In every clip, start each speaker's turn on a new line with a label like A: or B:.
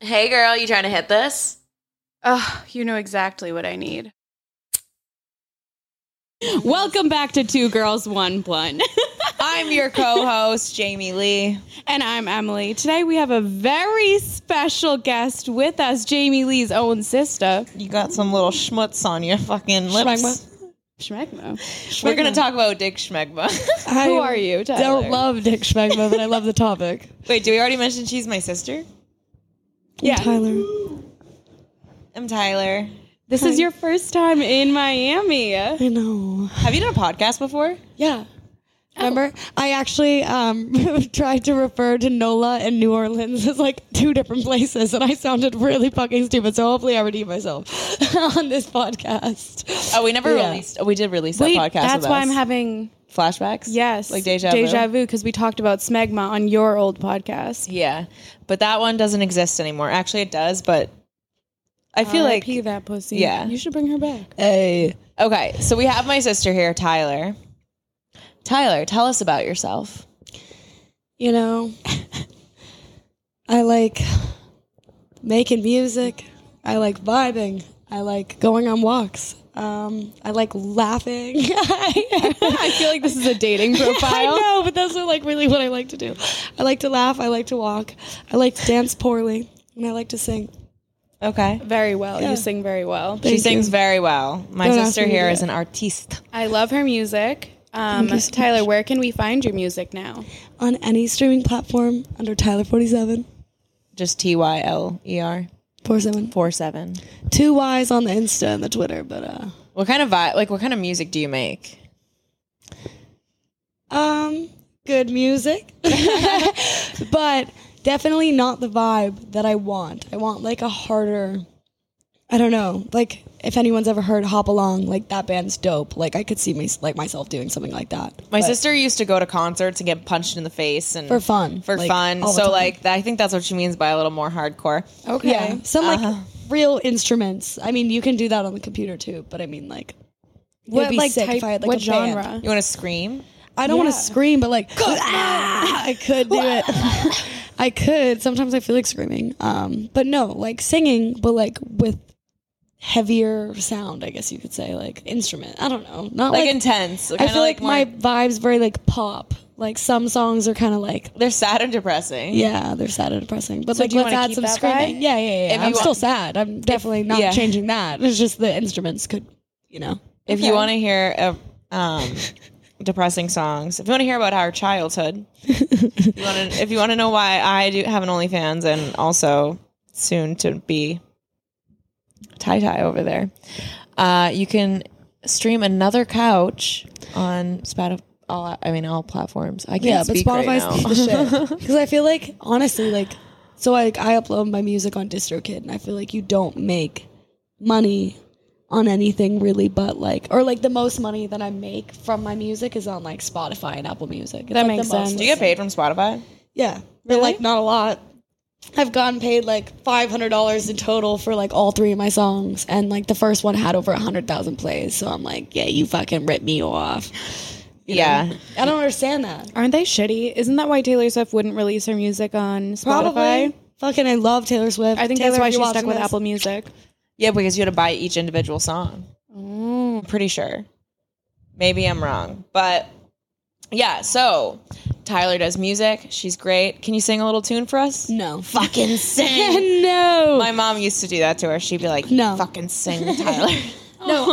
A: Hey girl, you trying to hit this?
B: Oh, you know exactly what I need.
C: Welcome back to Two Girls One Blunt.
D: I'm your co-host Jamie Lee.
C: and I'm Emily. Today we have a very special guest with us, Jamie Lee's own sister.
D: You got some little schmutz on your fucking lips.
C: Schmegma. Schmegma.
D: We're gonna
C: Schmegma.
D: talk about Dick Schmegma.
E: I
C: Who are you, Tyler?
E: don't love Dick Schmegma, but I love the topic.
D: Wait, do we already mention she's my sister?
C: Yeah.
E: Tyler.
D: I'm Tyler.
C: This is your first time in Miami.
E: I know.
D: Have you done a podcast before?
E: Yeah. Remember, I actually um, tried to refer to NOLA and New Orleans as like two different places, and I sounded really fucking stupid. So hopefully, I redeem myself on this podcast.
D: Oh, we never
E: Yeah.
D: released. Oh, we did release
C: Wait,
D: that podcast.
C: that's
D: with
C: why
D: us.
C: I'm having
D: flashbacks.
C: yes,
D: like deja,
C: deja
D: vu.
C: vu because we talked about smegma on your old podcast.
D: Yeah, but that one doesn't exist anymore. Actually, it does, but I feel like
C: R.I.P. that pussy.
D: Yeah.
C: you should bring her back.
E: Hey,
D: okay. So we have my sister here, Tyler. Tyler, tell us about yourself.
E: you know, I like making music. I like vibing. I like going on walks. Um, I like laughing.
C: I feel like this is a dating
E: I
C: profile.
E: know, but that's like really what I like to do. I like to laugh. I like to walk. I like to dance poorly, and I like to sing.
D: Okay.
C: very well. You sing very well.
D: she sings very well. My
E: Don't ask
D: sister
E: me to
D: here
E: do
D: is
E: it.
D: an artiste.
C: I love her music. Um,
E: you so
C: Tyler, where can we find your music now?
E: on any streaming platform under Tyler forty seven
D: Just T Y L E R
E: four seven
D: four seven.
E: two Y's on the Insta and the Twitter, but uh,
D: What kind of vibe? Like, what kind of music do you make?
E: um, good music, but definitely not the vibe that I want. I want like a harder. I don't know. Like if anyone's ever heard Hop Along, like that band's dope. Like I could see my, like myself doing something like that.
D: My
E: but
D: sister used to go to concerts and get punched in the face and
E: for fun,
D: for
E: like,
D: fun.
E: all the
D: So
E: time.
D: like, that, I think that's what she means by a little more hardcore.
C: Okay.
E: yeah, some like
C: Uh-huh.
E: real instruments. I mean, you can do that on the computer too, but I mean like. it'd
C: What
E: be
C: like
E: sick
C: type?
E: if I had, like,
C: what
E: a band.
C: genre?
D: You want to scream?
E: I don't want
C: Yeah.
E: to scream, but like "Ah!" I could do it. I could. Sometimes I feel like screaming. Um, but no, like singing, but like with heavier sound. I guess you could say like instrument. I don't know. Not
D: Like,
E: like,
D: intense.
E: I feel like, my
D: more-
E: vibes very like pop. Like some songs are kind of like
D: they're sad and depressing.
E: yeah, they're sad and depressing. But
C: So
E: like
C: do you
E: let's
C: wanna
E: add
C: keep
E: some
C: that
E: screaming.
C: vibe?
E: Yeah, yeah, yeah.
D: If
E: I'm
D: you wa-
E: still sad. I'm definitely not
D: yeah.
E: changing that. It's just the instruments could you know.
D: If you want to hear uh, um, depressing songs, if you want to hear about our childhood, if you wanna, if you want to know why I do have an OnlyFans and also soon to be tie tie over there, uh, you can stream another couch on Spotify. All I mean, all platforms. I can't
E: Yeah, but
D: speak right
E: Spotify's
D: now.
E: the shit. Because I feel like honestly, like so, like I upload my music on DistroKid, and I feel like you don't make money on anything really, but like or like the most money that I make from my music is on like Spotify and Apple Music. It's,
C: That
E: like,
C: makes
E: the most
C: sense.
D: do you get paid from Spotify?
E: yeah, but like not a lot. I've gotten paid like five hundred dollars in total for like all three of my songs, and like the first one had over hundred thousand plays. So I'm like, yeah, you fucking ripped me off. You know?
D: Yeah.
E: I don't understand that.
C: Aren't they shitty? Isn't that why Taylor Swift wouldn't release her music on Spotify?
E: Probably. Fucking, I love Taylor Swift.
C: I think
E: Taylor,
C: that's why
E: if you're
C: she's stuck
E: watching
C: with
E: this-
C: Apple Music.
D: Yeah, because you had to buy each individual song.
E: Mm.
D: I'm pretty sure. Maybe I'm wrong. But yeah, so Tyler does music. She's great. Can you sing a little tune for us?
E: No.
D: Fucking sing.
E: no.
D: My mom used to do that to her. She'd be like,
E: No.
D: fucking sing, Tyler.
E: no,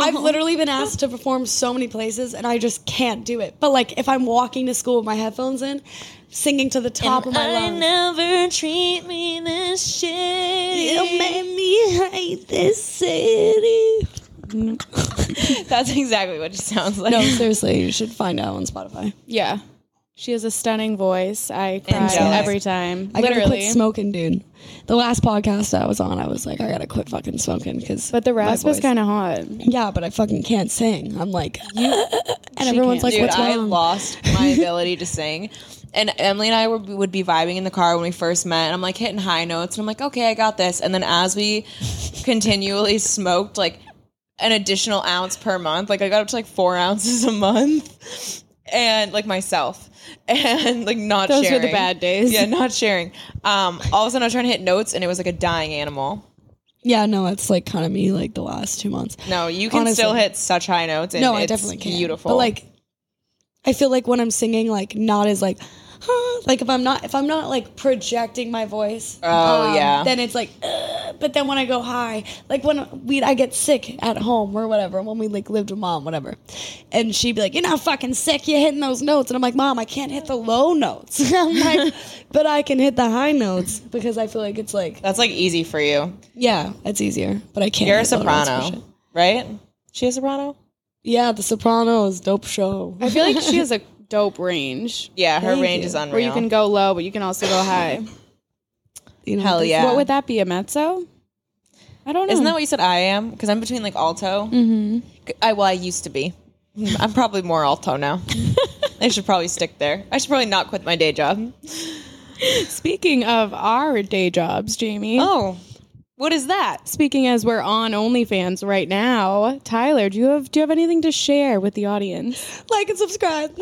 E: I've literally been asked to perform so many places and I just can't do it. But like if I'm walking to school with my headphones in, singing to the top of my lungs.
D: never treat me this shitty.
E: You made me hate this city.
D: That's exactly what she sounds like.
E: No, seriously, you should find out on Spotify.
C: Yeah. She has a stunning voice. I cry
D: Angelic.
C: every time.
E: I gotta
C: literally.
E: quit smoking, dude. The last podcast I was on, I was like, I gotta quit fucking smoking because.
C: but the rasp was kind of hot.
E: Yeah, but I fucking can't sing. I'm like, and everyone's like,
D: Dude,
E: what's
D: I
E: wrong?
D: lost my ability to sing. And Emily and I would, would be vibing in the car when we first met, and I'm like hitting high notes, and I'm like, okay, I got this. And then as we continually smoked, like an additional ounce per month, like I got up to like four ounces a month, and like myself. and like not
C: Those
D: sharing.
C: were the bad days.
D: Yeah, not sharing. Um, all of a sudden I was trying to hit notes and it was like a dying animal.
E: Yeah, no, it's like kind of me like the last two months.
D: No, you can
E: Honestly.
D: still hit such high notes. And
E: no, I
D: it's
E: definitely can.
D: Beautiful.
E: But like, I feel like when I'm singing, like not as like, huh, like if I'm not if I'm not like projecting my voice. um,
D: Oh, yeah.
E: Then it's like, uh, but then when I go high, like when we I get sick at home or whatever, when we like lived with mom, whatever, and she'd be like, "You're not fucking sick. You're hitting those notes," and I'm like, "Mom, I can't hit the low notes. I'm like, but I can hit the high notes because I feel like it's like,
D: that's like easy for you.
E: yeah, it's easier, but I can't."
D: You're a
E: hit low notes for sure.
D: soprano, right? She a soprano?
E: Yeah, The Sopranos, dope show.
B: I feel like she has a dope range
D: Yeah, her
E: Thank
D: range
E: you.
D: is
E: Where
D: unreal.
B: where you can go low, but you can also go high.
E: You know,
D: Hell
E: this-
D: yeah.
C: What would that be? A mezzo? I don't know.
D: Isn't that what you said I am? Because I'm between like alto. Mm-hmm. I well, I used to be. I'm probably more alto now. I should probably stick there. I should probably not quit my day job.
C: Speaking of our day jobs, Jamie.
D: Oh, what is that?
C: Speaking as we're on OnlyFans right now, Tyler, do you have do you have anything to share with the audience?
E: like and subscribe.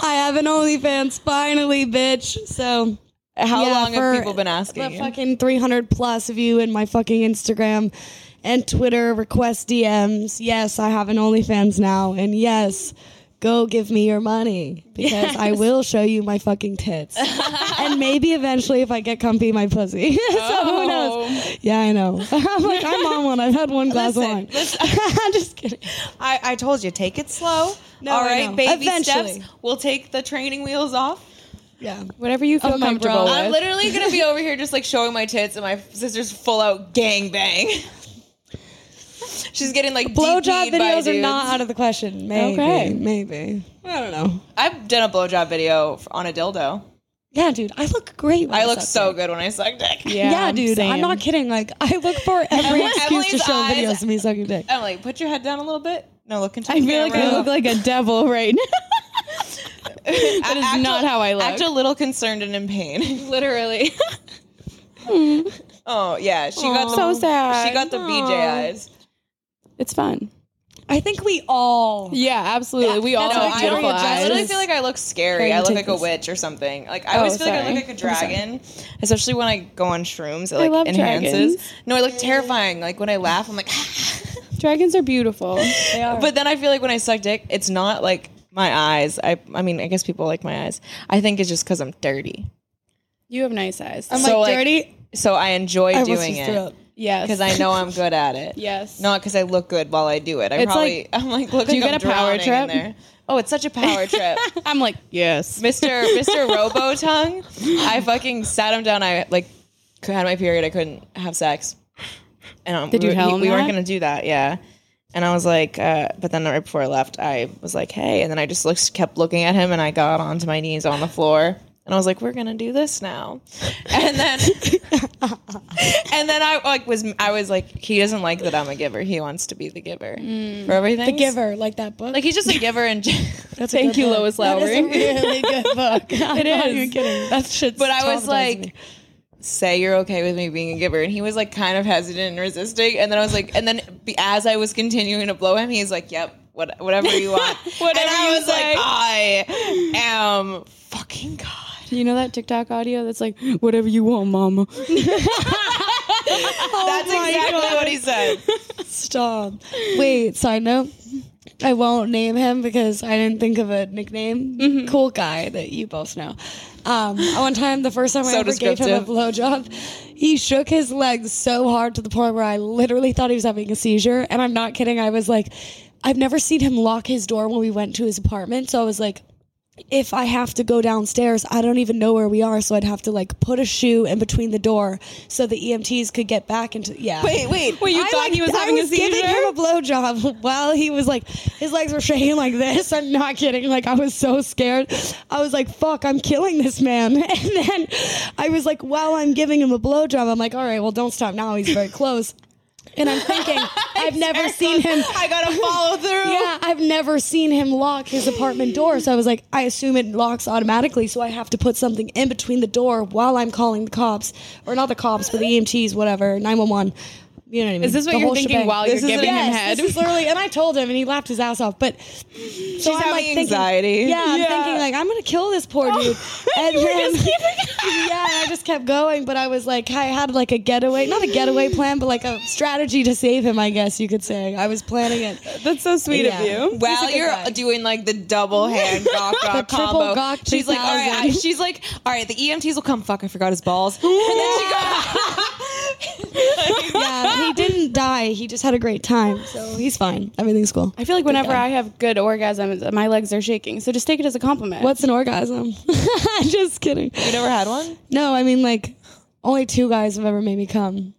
E: I have an OnlyFans finally, bitch. So
D: How
E: yeah,
D: long have
E: for
D: people been asking?
E: the
D: you?
E: fucking 300 plus of you in my fucking Instagram and Twitter request DMs. Yes, I have an OnlyFans now, and yes. Go give me your money because I will show you my fucking tits. and maybe eventually, if I get comfy, my pussy. so
D: Oh.
E: who knows? Yeah, I know. I'm like, I'm on one. I've had one glass
D: Listen,
E: of wine.
D: listen.
E: I'm just kidding.
D: I, I told you, take it slow.
E: No,
D: All
E: I
D: right,
E: know.
D: baby
E: Eventually.
D: steps. We'll take the training wheels off.
E: Yeah.
C: Whatever you feel
E: Oh, my
C: comfortable
E: bro.
C: with.
D: I'm literally gonna be over here just like showing my tits, and my sister's full out gang bang. She's getting like
E: Blowjob
D: DP'd by
E: videos are
D: dudes.
E: not out of the question. Maybe.
C: Okay.
E: Maybe. I don't know.
D: I've done a blowjob video f- on a dildo.
E: Yeah, dude. I look great. When
D: I
E: I'm
D: look
E: sucking.
D: so good when I suck dick.
C: yeah,
E: Yeah, dude. I'm
C: same.
E: not kidding. Like, I look for every
D: Emily's
E: excuse to show
D: eyes-
E: videos of me sucking dick.
D: I'm like, put your head down a little bit. No, look into
C: I
D: the
C: feel like I
D: camera.
C: look like a devil right now. that is
D: Act
C: not
D: a-
C: how I look.
D: Act a little concerned and in pain.
C: literally.
D: oh yeah, she got the
C: so sad.
D: she got the BJ eyes.
C: It's fun.
E: I think we all.
C: Yeah, absolutely. we all
E: that's
D: No,
E: what
C: have
E: I'm
D: I,
C: beautiful
E: doing.
D: I literally
C: eyes.
D: feel like I look scary.
E: Here, you
D: I look
E: take
D: like
E: this.
D: a witch or something. Like I
C: Oh,
D: always feel like I
C: sorry.
D: look like a dragon, especially when I go on shrooms. It like
C: love
D: enhances.
C: dragons.
D: No, I look terrifying. Like when I laugh, I'm like.
C: Dragons are beautiful.
D: But then I feel like when I suck dick, it's not like my eyes. I I mean, I guess people like my eyes. I think it's just because I'm dirty.
B: You have nice eyes.
E: I'm
D: So,
E: like,
D: like,
E: dirty.
D: So I enjoy
E: I was
D: doing
E: just threw
D: it
E: up.
C: yes.
D: because I know I'm good at it.
C: Yes.
D: Not because I look good while I do it. I
C: It's
D: probably
C: like-
D: I'm like look.
C: Do you
D: like
C: get
D: I'm
C: a power
D: drowning in
C: trip?
D: there. Oh, it's such a power trip.
C: I'm like, yes.
D: Mr. Mr. Robo Tongue. I fucking sat him down. I like c- had my period. I couldn't have sex. And um,
C: Did
D: we,
C: you
D: were-
C: tell
D: he-
C: him
D: we weren't
C: that?
D: gonna do that? Yeah. And I was like, uh, but then right before I left, I was like, hey. And then I just looked, kept looking at him, and I got onto my knees on the floor, and I was like, we're gonna do this now. And then, and then I like was I was like, he doesn't like that I'm a giver. He wants to be the giver for everything.
E: Mm. The giver, like that book.
D: Like he's just a giver and.
E: That's a
C: Thank
E: good
C: you,
E: book.
C: Lois
E: That is a
C: Lowry.
E: really good book.
C: It
E: I'm
C: is.
E: You're kidding. That shit's
D: But I was
E: traumatizing
D: like,
E: me.
D: say you're okay with me being a giver. And he was like kind of hesitant and resisting. And then I was like, and then be- as I was continuing to blow him, he's like, yep, what, whatever you want.
C: Whatever
D: and I
C: you
D: was
C: say.
D: like, I am fucking God.
C: You know that TikTok audio that's like, whatever you want, mama.
E: Oh
D: That's exactly what he said.
E: Stop. Wait, side note. I won't name him because I didn't think of a nickname.
D: Mm-hmm.
E: Cool guy that you both know. Um, one time, the first time I
D: So
E: ever gave him a
D: descriptive.
E: blowjob, he shook his legs so hard to the point where I literally thought he was having a seizure. And I'm not kidding. I was like, I've never seen him lock his door when we went to his apartment. So I was like, if I have to go downstairs, I don't even know where we are. So I'd have to like put a shoe in between the door so the EMTs could get back into. Yeah.
D: Wait, wait.
C: Well, you
E: I,
C: thought
E: like,
C: he was
E: I
C: having a
E: was
C: seizure?
E: giving him a blowjob while he was like, his legs were shaking like this. I'm not kidding. Like I was so scared. I was like, "Fuck, I'm killing this man." And then I was like, while I'm giving him a blowjob, I'm like, "All right, well, don't stop now. He's very close." And I'm thinking, I've never seen him.
D: I got to follow through.
E: Yeah, I've never seen him lock his apartment door. So I was like, I assume it locks automatically. So I have to put something in E between the door while I'm calling the cops, or not the cops, but the EMTs, whatever, 911. you know what I mean.
B: Is this what
E: The
B: you're
E: whole
B: thinking
E: shebang.
B: while you're
E: is-
B: giving him
E: yes,
B: head?
E: This is literally, and I told him, and he laughed his ass off. But so I'm
D: having
E: like thinking,
D: anxiety.
E: Yeah, I'm
B: Yeah.
E: thinking like I'm gonna kill this poor
B: Oh,
E: dude. and then, yeah, and I just kept going, but I was like, I had like a getaway, not a getaway plan, but like a strategy to save him. I guess you could say I was planning it.
B: That's so sweet
E: Yeah.
B: of you.
D: While
E: good
D: you're
E: guy.
D: doing like the double hand gawk gawk
E: triple
D: combo,
E: gawk
D: she's like, all right, I-
E: 2000.
D: she's like, all right, the EMTs will come. Fuck, I forgot his balls. And then she goes,
E: Yeah, he didn't die. He just had a great time, so he's fine. Everything's cool.
B: I feel like whenever I have good orgasms, my legs are shaking. So just take it as a compliment.
E: What's an orgasm? just kidding.
D: you never had one.
E: No, I mean like only two guys have ever made me come.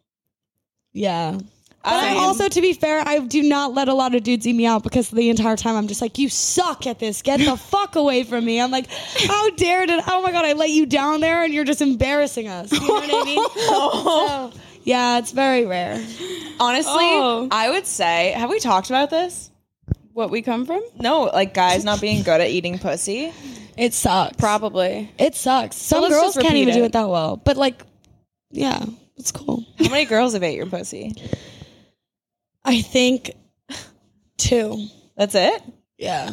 E: Yeah. But I
D: Same.
E: also, to be fair, I do not let a lot of dudes eat me out because the entire time I'm just like, you suck at this. Get the fuck away from me. I'm like, how dare did? Oh my god, I let you down there, and you're just embarrassing us. You know what I mean? So, yeah, it's very rare.
D: Honestly,
B: Oh.
D: I would say, have we talked about this?
B: What we come from?
D: No, like guys not being good at eating pussy.
E: It sucks.
B: Probably.
E: It sucks. Some
D: let's
E: girls
D: just
E: can't
D: repeat
E: even do
D: it.
E: it that well. But like, yeah, it's cool.
D: How many girls have ate your pussy?
E: I think two.
D: That's it.
E: Yeah.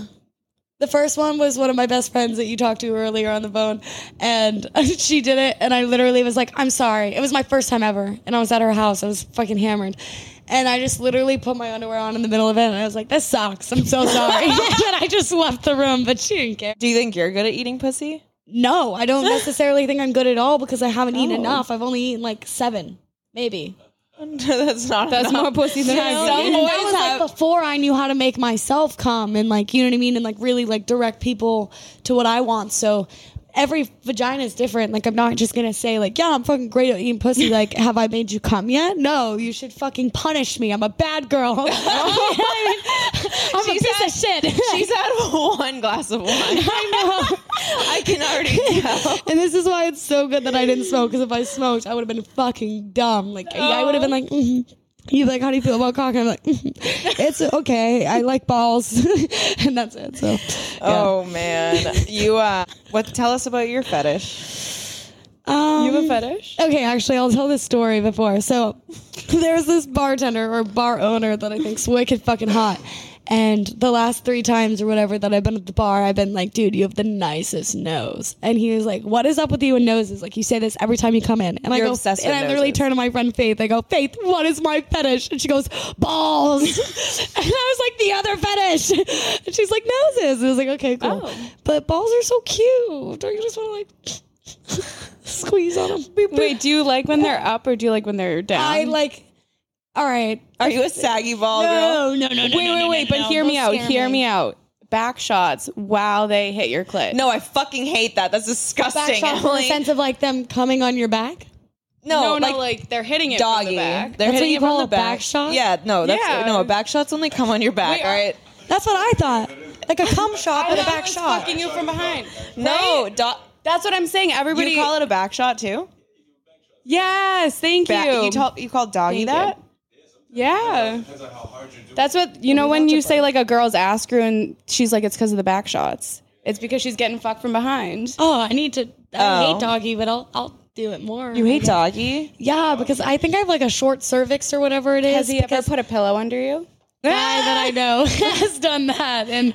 E: The first one was one of my best friends that you talked to earlier on the phone, and she did it, and I literally was like, "I'm sorry." It was my first time ever, and I was at her house. I was fucking hammered, and I just literally put my underwear on in the middle of it, and I was like, "This sucks. I'm so sorry." and I just left the room, but she didn't care.
D: Do you think you're good at eating pussy?
E: No, I don't necessarily think I'm good at all because I haven't eaten enough. I've only eaten like seven, maybe.
D: That's not.
B: That's
D: enough.
B: more pussy than I
D: Some
B: need.
E: And that
D: boys
E: was
D: have-
E: like before I knew how to make myself come and like you know what I mean and like really like direct people to what I want. So every vagina is different. Like I'm not just gonna say like yeah I'm fucking great at eating pussy. Like have I made you come yet? No, you should fucking punish me. I'm a bad girl. You know what I mean? I'm a piece of shit.
D: She's had one glass of wine. I know. I can already tell.
E: And this is why it's so good that I didn't smoke. Because if I smoked, I would have been fucking dumb. Like I would have been like, mhm. you like, how do you feel about cock? And I'm like, mhm. it's okay. I like balls, and that's it. So,
D: Oh man, you uh, what? Tell us about your fetish.
E: um,
B: You have a fetish?
E: Okay, actually, I'll tell this story before. So, there's this bartender or bar owner that I think's wicked fucking hot. And the last three times or whatever that I've been at the bar, I've been like, dude, you have the nicest nose. And he was like, what is up with you and noses? Like, you say this every time you come in. And I
D: You're
E: go,
D: obsessed
E: and
D: with
E: I literally
D: noses.
E: turn to my friend Faith. I go, Faith, what is my fetish? And she goes, balls. and I was like, the other fetish. And she's like, noses. And I was like, okay, cool.
B: Oh.
E: But balls are so cute. Don't you just want to like squeeze on them?
B: Wait, do you like when they're up or do you like when they're down?
E: I like. All right. Oh,
D: Are you a saggy ball girl?
E: no, no,
B: wait, wait, wait, but hear me out. Hear me out. Back shots while they hit your clit.
D: No, I fucking hate that. That's disgusting,
E: Backshot from the
D: Emily.
E: sense of like them coming on your back.
D: no,
B: no, no,
D: like,
B: like, they're hitting it
D: doggy.
B: from the back.
D: They're
E: That's what
D: hitting
E: you
D: it from
E: call
D: the
E: a
D: back.
E: back shot?
D: Yeah, no, that's
B: Yeah.
D: no. Back shots only come on your back.
B: Wait,
D: all right.
E: That's what I thought. Like a cum shot, but a back shot.
B: fucking you from behind.
D: No, do-
B: That's what I'm saying. Everybody
D: you call it a back shot too.
B: Yes, thank
D: Back,
B: you.
D: you tell you call doggy
B: Thank
D: that.
B: yeah. That's what you know when you say like a girl's ass grew and she's like it's because of the back shots. It's because she's getting fucked from behind.
E: Oh, I need to. I
D: Oh.
E: hate doggy, but I'll I'll do it more.
D: You hate doggy.
E: Yeah, because I think I have like a short cervix or whatever it is.
B: Has he ever
E: because
B: put a pillow under you?
E: a guy that I know has done that, and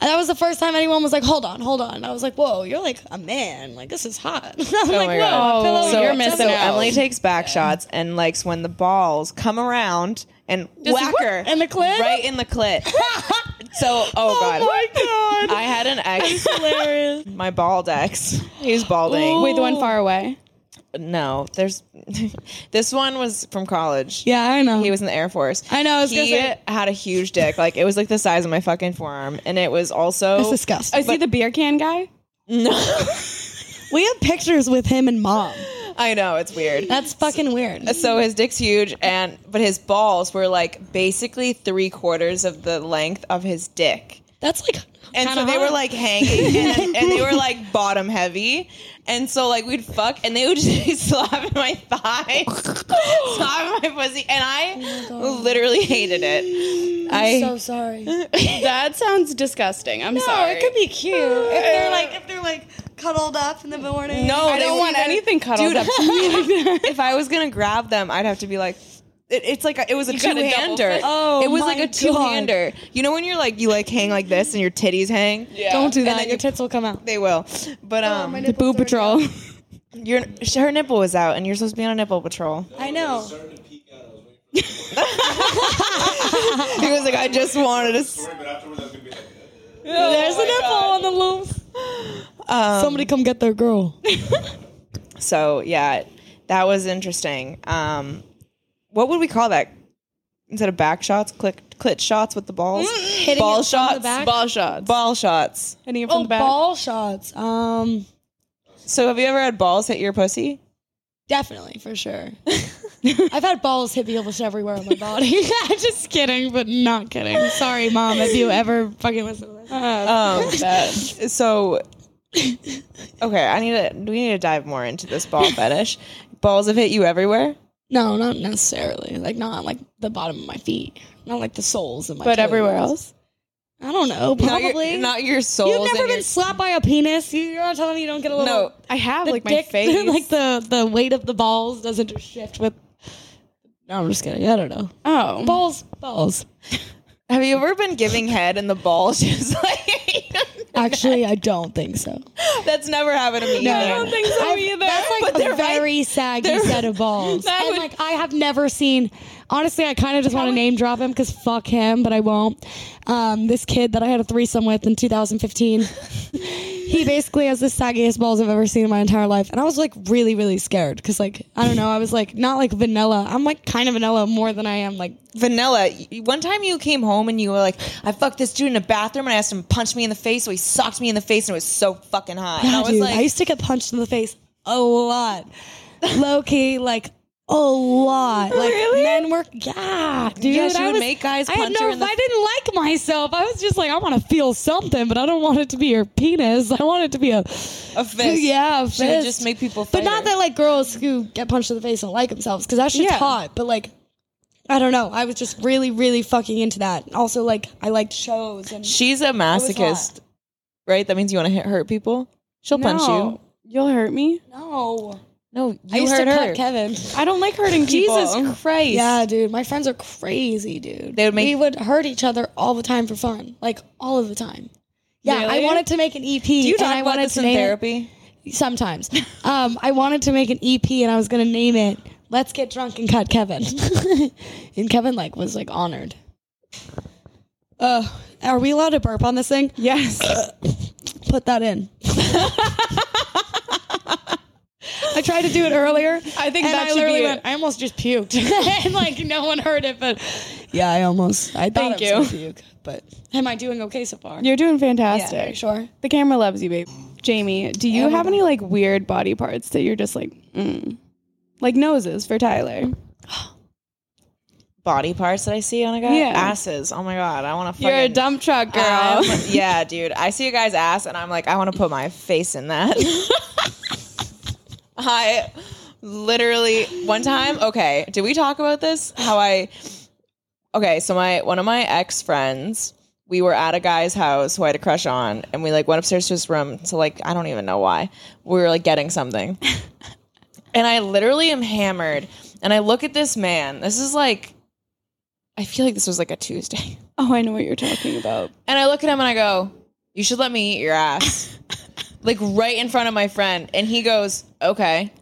E: that was the first time anyone was like, "Hold on, hold on." I was like, "Whoa, you're like a man. Like this is hot." I'm like,
D: my
E: "Whoa,
D: God.
E: a pillow
B: So-
E: in your
B: you're missing
E: temple."
B: out.
D: Emily takes back shots and likes when the balls come around and whack her
E: in the clit?
D: right in the clit. so, oh, god,
E: my
D: I had an ex,
E: Hilarious.
D: my bald ex. He's balding.
B: Wait, the one far away.
D: No, there's this one was from college.
E: Yeah, I know.
D: He was in the Air Force.
E: I know, I was gonna
D: he
E: say-
D: had a huge dick. Like it was like the size of my fucking forearm, and it was also
E: It's disgusting.
B: Is he the beer can guy?
D: no.
E: We have pictures with him and mom.
D: I know it's weird.
E: That's fucking weird.
D: So his dick's huge, and but his balls were like basically three quarters of the length of his dick.
E: That's like
D: And so
E: kinda
D: they were
E: hot.
D: like hanging, and, and they were like bottom heavy, and so like we'd fuck, and they would just be slapping my thigh, slapping my pussy, and I
E: Oh
D: literally hated it. I
E: So sorry. No,
B: That sounds disgusting. I'm sorry.
E: it could be cute if they're like if they're like cuddled up in the morning.
D: no,
B: I don't want anything cuddled
D: Dude,
B: up to me.
D: if I was gonna grab them, I'd have to be like, It, it's like a, it was a
B: got a double
D: two-hander.
B: fist.
E: Oh,
D: it was like
E: my
D: a two-hander. You know when you're like you like hang like this and your titties hang. Yeah,
E: Don't do
D: And
E: that.
D: then
E: Your
D: you-
E: tits will come out.
D: they will. But um,
E: My
B: The
E: nipples
B: boob
E: are-
B: patrol.
D: your her nipple was out, and you're supposed to be on a nipple patrol.
E: I know.
F: starting to peek out. I was waiting
D: he was like, I just wanted to. s-
F: for it, but afterwards I was gonna be like, uh,
E: There's a nipple on the loose. Somebody come get their girl.
D: So yeah, that was interesting. Um, what would we call that? Instead of back shots, click clit shots with the balls, ball shots,
B: Ball shots.
D: ball shots.
B: Hitting it from
E: Oh,
B: the back.
E: ball shots. Um,
D: So have you ever had balls hit your pussy?
E: definitely for sure. I've had balls hit me almost everywhere on my body. Just kidding, but not kidding. Sorry, mom, if you ever fucking listen to this. Uh,
D: Um, so okay, I need to. We need to dive more into this ball fetish. Balls have hit you everywhere.
E: No, not necessarily. Like not like the bottom of my feet, not like the soles of my.
B: But everywhere
E: toes.
B: else.
E: I don't know. Probably.
D: not your, not your soles.
E: You've never
D: and
E: been
D: your-
E: slapped by a penis. You- You're not telling me you don't get a little.
D: no.
B: I have
E: the
B: like my
E: dick-
B: face.
E: like the the weight of the balls doesn't just shift with. No, I'm just kidding. I don't know.
D: Mm.
B: oh.
E: Balls, balls.
D: Have you ever been giving head and the balls just like?
E: Actually, I don't think so.
D: That's never happened to me. either.
B: think so either.
E: That's like a very saggy set of balls. and
D: would-
E: like I have never seen. Honestly, I kind of just want to name drop him because fuck him, but I won't. Um, this kid that I had a threesome with in 2015, he basically has the saggiest balls I've ever seen in my entire life, and I was like really, really scared because like I don't know, I was like not like vanilla. I'm like kind of vanilla more than I am like
D: Vanilla, y- one time you came home and you were like, I fucked this dude in the bathroom and I asked him to punch me in the face, so he socked me in the face and it was so fucking hot. and I
E: Yeah,
D: was
E: dude,
D: like,
E: I used to get punched in the face a lot. Low key, like a lot. Like men were yeah, dude.
D: Yeah, she
E: I
D: would
E: was,
D: make guys
E: I had
D: punch her
E: no
D: in the-
E: I didn't like myself. I was just like, I want to feel something, but I don't want it to be your penis. I want it to be a
D: a fist.
E: yeah, a
D: She would
E: fist.
D: just make people fight
E: But not
D: her.
E: that like girls who get punched in the face don't like themselves because that shit's
B: Yeah.
E: hot. But like, I don't know. I was just really, really fucking into that. Also, like, I liked shows and
D: She's a masochist, right? That means you want to hit, hurt people? She'll punch you.
B: You'll hurt me.
E: no.
D: No, you
E: I used
D: hurt
E: to
D: her.
E: cut Kevin.
B: I don't like hurting people.
D: Jesus Christ.
E: Yeah, dude, my friends are crazy, dude.
D: They would make-
E: we would hurt each other all the time for fun, like all of the time. Yeah, I
D: Really?
E: wanted to make an EP.
D: Do you
E: and
D: talk
E: I
D: about
E: wanted
D: this
E: to
D: in
E: name it-
D: therapy?
E: sometimes. um, I wanted to make an EP, and I was gonna name it "Let's Get Drunk and Cut Kevin," and Kevin like was like honored. Uh, are we allowed to burp on this thing?
B: Yes.
E: Put that in. I tried to do it earlier.
B: I think
E: and
B: that
E: I
B: should be
E: literally
B: it.
E: went, I almost just puked. and like no one heard it, but yeah, I almost I thought
B: Thank
E: I was gonna puke. But am I doing okay so far?
B: You're doing
E: Are you
B: fantastic.
E: sure?
B: The camera loves you, babe. Jamie, do you have any like weird body parts that you're just like, mm. like noses for Tyler?
D: Body parts that I see on a guy?
B: Yeah.
D: Asses. Oh my God. I want to fucking.
B: You're a dump truck girl.
D: I'm- Um, yeah, dude. I see a guy's ass and I'm like, I want to put my face in that. I literally one time, okay, did we talk about this? How I Okay, so my one of my ex friends, we were at a guy's house who I had a crush on, and we like went upstairs to his room to like I don't even know why. We were like getting something. and I literally am hammered and I look at this man. This is like I feel like this was like a Tuesday.
B: oh, I know what you're talking about.
D: And I look at him and I go, You should let me eat your ass. like right in front of my friend. And he goes, Okay.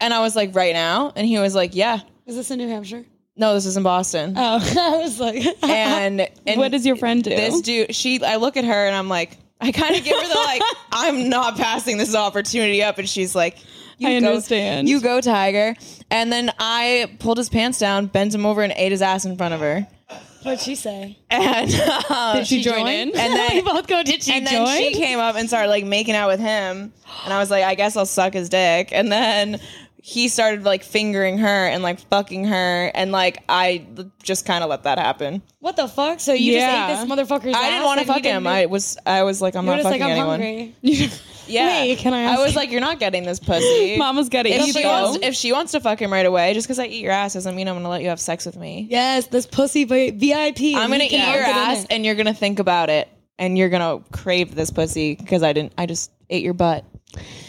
D: And I was like, Right now? And he was like, Yeah.
E: Is this in New Hampshire?
D: No, this is in Boston.
E: Oh, I was like,
D: and and
B: what does your friend do?
D: this dude she I look at her and I'm like, I kind of give her the like, I'm not passing this opportunity up. And she's like, you
B: I
D: go-
B: understand.
D: you go, Tiger. And then I pulled his pants down, bent him over, and ate his ass in front of her.
E: what'd she say?
D: And uh,
B: Did she, join in?
D: and then
E: we both go, did she
D: and
E: join?
D: then she came up and started like making out with him and i was like i guess i'll suck his dick and then he started like fingering her and like fucking her and like i just kind of let that happen
E: what the fuck? So you
B: Yeah.
E: just ate this motherfucker's
D: i didn't want to fuck him i was i was like i'm
E: You're
D: not
E: just
D: fucking
E: like,
D: anyone
E: I'm hungry.
D: yeah
E: Wait, can I ask-
D: i was like you're not getting this pussy
B: Mama's got to
D: if
B: eat
D: she,
B: you.
D: wants, if she wants to fuck him right away just because i eat your ass doesn't mean i'm gonna let you have sex with me
E: Yes, this pussy vi- VIP.
D: i'm gonna
E: You
D: eat
E: can
D: your
E: all get in
D: ass
E: it.
D: and you're gonna think about it and you're gonna crave this pussy because i didn't i just ate your butt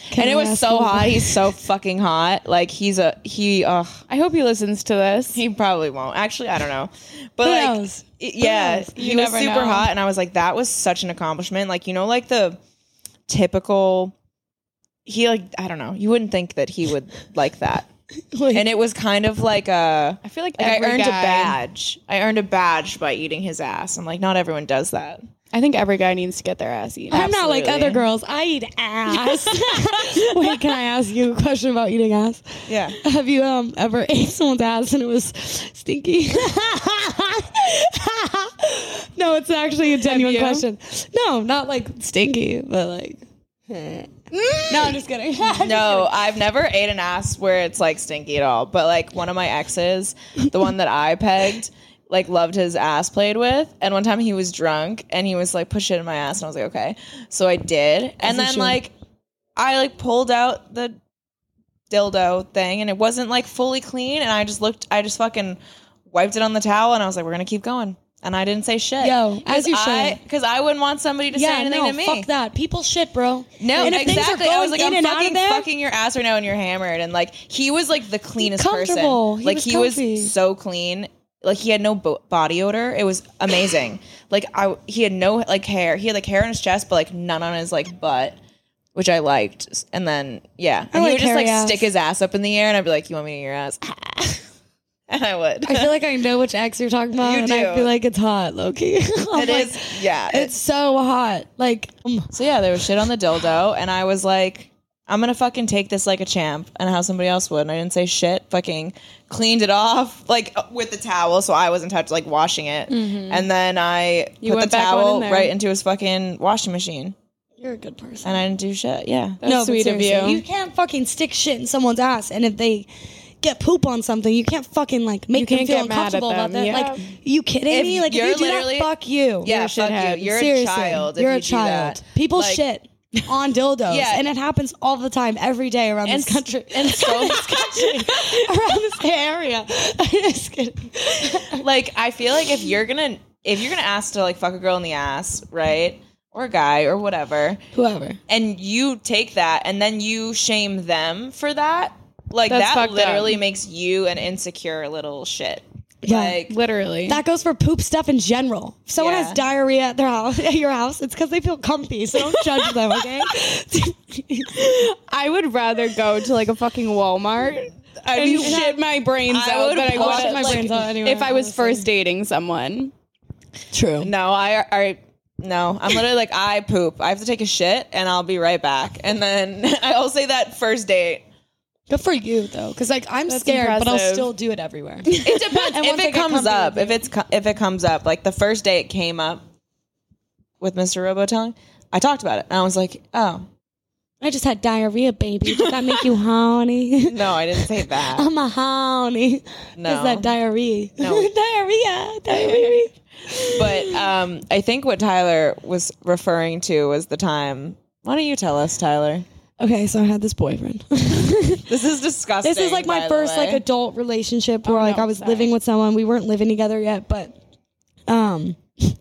E: Can
D: and it
E: I
D: was
E: ask
D: so
E: him-
D: hot. He's so fucking hot. Like he's a he. Uh,
B: I hope he listens to this.
D: he probably won't. Actually, I don't know. But
E: Who
D: like,
E: knows?
D: it- yeah,
B: knows?
D: he
B: You
D: was
B: never
D: super
B: know.
D: hot, and I was like, that was such an accomplishment. Like you know, like the typical. He like I don't know. You wouldn't think that he would like that,
E: Like-
D: and it was kind of like a.
B: I feel like,
D: Like
B: every
D: I earned
B: guy,
D: a badge. I earned a badge by eating his ass. I'm like, not everyone does that.
B: I think every guy needs to get their ass eaten.
E: I'm not like
D: Absolutely.
E: other girls. I eat ass. Wait, can I ask you a question about eating ass?
D: Yeah.
E: Have you um ever ate someone's ass and it was stinky? no, it's actually a genuine
B: you?
E: question. No, not like stinky, but like. no, I'm just kidding.
D: No, I've never ate an ass where it's like stinky at all. But like one of my exes, the one that I pegged, like loved his ass played with. And one time he was drunk and he was like, put shit in my ass. And I was like, okay. So I did. And then like I like pulled out the dildo thing and it wasn't like fully clean. And I just looked, I just fucking wiped it on the towel and I was like, we're going to keep going. And I didn't say shit.
E: Yo, as you should.
D: Because I, wouldn't want somebody to say
E: yeah,
D: anything
E: no,
D: to me.
E: fuck that. People shit, bro.
D: No,
E: and if things are
D: exactly.
E: going
D: I was like,
E: in
D: I'm
E: and out
D: fucking
E: of there,
D: fucking your ass right now, and you're hammered. And like, he was like the cleanest
E: comfortable.
D: person.
E: He
D: like,
E: was
D: he
E: comfy.
D: was so clean. Like, he had no bo- body odor. It was amazing. like, I he had no like hair. He had like hair on his chest, but like none on his like butt, which I liked. And then yeah, and
E: like
D: he would just
E: hairy
D: like
E: ass.
D: stick his ass up in the air, and I'd be like, "You want me to eat your ass?" and I would.
E: I feel like I know which ex you're talking about,
D: You
E: and
D: do.
E: I feel like it's hot, Loki. it is.
D: it is. Yeah. it-
E: It's so hot. Like, um,
D: So yeah, there was shit on the dildo, and I was like, I'm gonna fucking take this like a champ, and how somebody else would. And I didn't say shit. Fucking cleaned it off like with the towel, so I wasn't touched like washing it. And then I put the
B: went back on in
D: towel
B: there.
D: right into his fucking washing machine,
E: you're a good person.
D: and I didn't do shit. Yeah,
B: That's
E: but
B: sweet of
E: seriously,
B: you.
E: You can't fucking stick shit in someone's ass, and if they get poop on something, you can't fucking like make them
B: can't
E: feel
B: get mad at
E: uncomfortable about
B: them,
E: that.
B: yeah.
E: Like, you kidding
D: If
E: me? Like, if
D: you're
E: you do
D: literally-
E: that, fuck you.
D: yeah, fuck
B: shithead.
D: you. You're
E: Seriously,
D: a child. If
E: You're
D: you
E: a
D: do
E: child.
D: that.
E: People
D: Like-
E: shit on dildos,
D: Yeah.
E: and it happens all the time, every day around
D: And
E: this country,
D: and so
E: around this area. I'm just kidding.
D: like I feel like if you're gonna if you're gonna ask to like fuck a girl in the ass, right, or a guy or whatever,
E: Whoever.
D: and you take that and then you shame them for that like
B: That's
D: that
B: fucked
D: literally
B: up.
D: makes you an insecure little shit
E: Yeah.
D: like
B: Literally.
E: That goes for poop stuff in general. If someone
D: Yeah.
E: has diarrhea at their house, at your house, it's because they feel comfy. So don't judge them, okay?
B: I would rather go to like a fucking Walmart
D: I
B: and
D: mean,
B: shit my brains
D: I
B: out
D: would
B: than Oh, I
D: want
B: would
D: it,
B: my
D: like,
B: brains out
E: anywhere,
B: if I was first dating someone.
E: True.
D: no i i no i'm literally like i poop i have to take a shit and i'll be right back and then i'll say that first date
E: Good for you though, because like I'm scared, but I'll
B: impressive.
E: still do it everywhere.
D: it depends
E: And
D: if
E: once I
D: it
E: get
D: comes
E: comfy
D: up
E: with
D: if it's co- if it comes up like the first date came up with mr robotongue i talked about it and i was like oh
E: I just had diarrhea, baby. Did that make you horny?
D: no i didn't say that
E: I'm a horny.
D: No.
E: Is that diarrhea?
D: No.
E: diarrhea. Diarrhea.
D: But um, I think what Tyler was referring to was the time. Why don't you tell us, Tyler?
E: Okay, so I had this boyfriend.
D: This is disgusting.
E: this is like
D: by
E: my
D: the
E: first
D: way. Oh,
E: like adult relationship where like I was living with someone. We weren't living together yet, but um